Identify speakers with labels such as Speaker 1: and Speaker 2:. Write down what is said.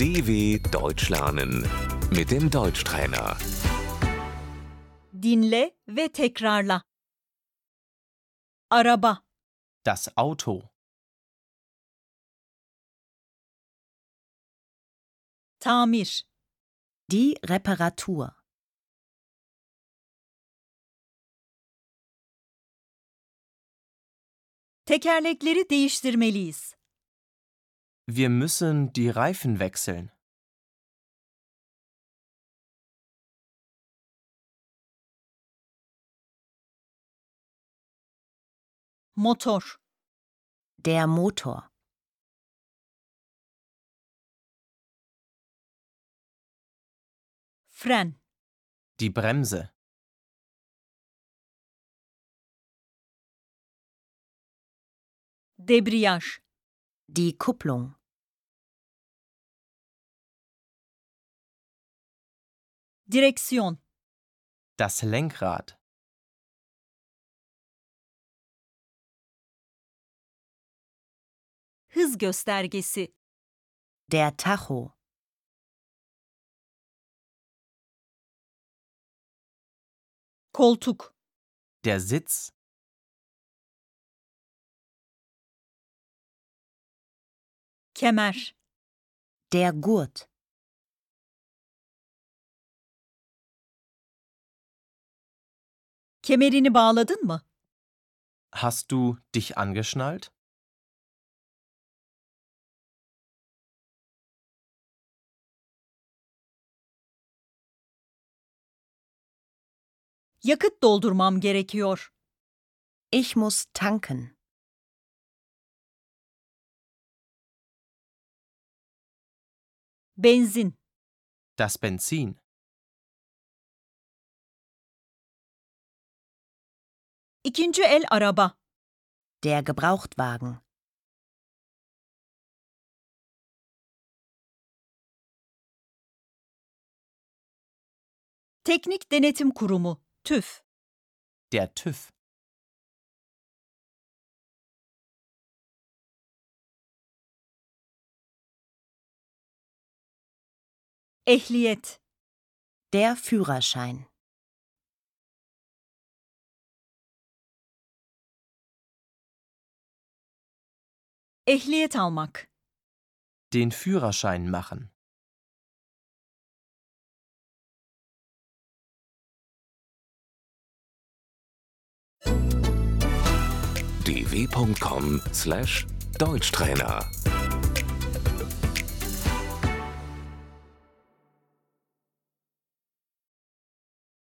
Speaker 1: DW Deutsch lernen mit dem Deutschtrainer.
Speaker 2: Dinle ve tekrarla. Araba,
Speaker 3: Das Auto.
Speaker 2: tamir,
Speaker 4: Die Reparatur.
Speaker 2: tekerlekleri değiştirmeliyiz.
Speaker 3: Wir müssen die Reifen wechseln.
Speaker 2: Motor,
Speaker 4: Der Motor.
Speaker 2: fren,
Speaker 3: Die Bremse.
Speaker 2: debriyaj,
Speaker 4: Die Kupplung.
Speaker 2: direksiyon,
Speaker 3: Das Lenkrad.
Speaker 2: hız göstergesi,
Speaker 4: Der Tacho.
Speaker 2: koltuk,
Speaker 3: Der Sitz.
Speaker 2: kemer,
Speaker 4: Der Gurt.
Speaker 2: kemerini bağladın mı?
Speaker 3: Hast du dich angeschnallt?
Speaker 2: Yakıt doldurmam gerekiyor.
Speaker 4: Ich muss tanken.
Speaker 2: Benzin,
Speaker 3: Das Benzin.
Speaker 2: ikinci el araba,
Speaker 4: Der Gebrauchtwagen.
Speaker 2: teknik denetim kurumu, TÜV,
Speaker 3: Der TÜV.
Speaker 2: ehliyet,
Speaker 4: Der Führerschein.
Speaker 2: ehliyet almak,
Speaker 3: Den Führerschein machen.
Speaker 1: dw.com/deutschtrainer